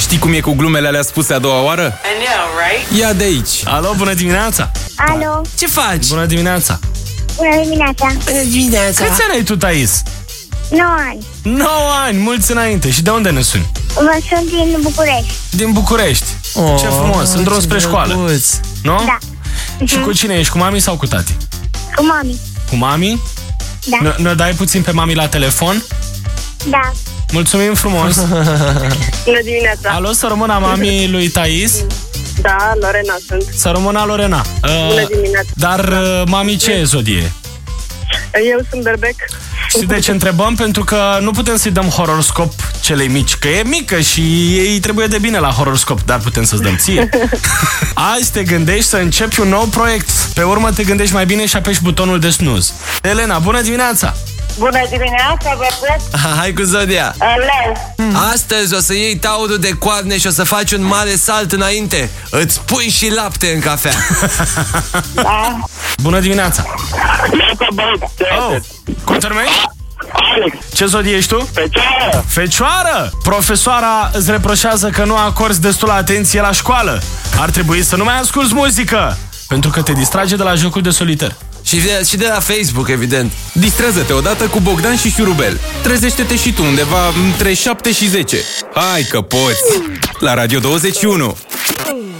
Știi cum e cu glumele alea spuse a doua oară? I know, right? Ia de aici! Alo, bună dimineața! Alo, Ce faci? Bună dimineața! Da. bună dimineața. Bună dimineața! Câți ani ai tu, Thais? 9 ani. 9 ani, mulți înainte. Și de unde ne suni? Vă sunt din București. Din București. Oh, ce frumos, în drum spre școală. drăguț. Nu? Da. Și cu cine ești? Cu mami sau cu tati? Cu mami. Cu mami? Da. Ne- Ne dai puțin pe mami la telefon? Da. Mulțumim frumos! Bună dimineața. Alo, să rămână mami lui Thais, Da, Lorena sunt. să rămână Lorena. Uh, Bună dimineața. Dar uh, mami ce e zodie? Eu sunt Berbec. Și de ce întrebăm? Pentru că nu putem să-i dăm horoscop celei mici, că e mică și ei trebuie de bine la horoscop, dar putem să-ți dăm ție. Azi te gândești să începi un nou proiect. Pe urmă te gândești mai bine și apeși butonul de snooze. Elena, bună dimineața! Bună dimineața, vă pup. Hai cu Zodia! Aleu. Astăzi o să iei taurul de coarne și o să faci un mare salt înainte. Îți pui și lapte în cafea. Bună dimineața! Neața, bă, te- Oh, cum te numești? Alex, Ce zodie ești tu? pe ceară! Fecioară! Profesoara îți reproșează că nu acorzi destul atenție la școală. Ar trebui să nu mai asculti muzică, pentru că te distrage de la jocul de solitar. și, de, și de la Facebook, evident. Distrează-te odată cu Bogdan și Șurubel. Trezește-te și tu undeva între 7 și 10. Hai că poți! La Radio 21!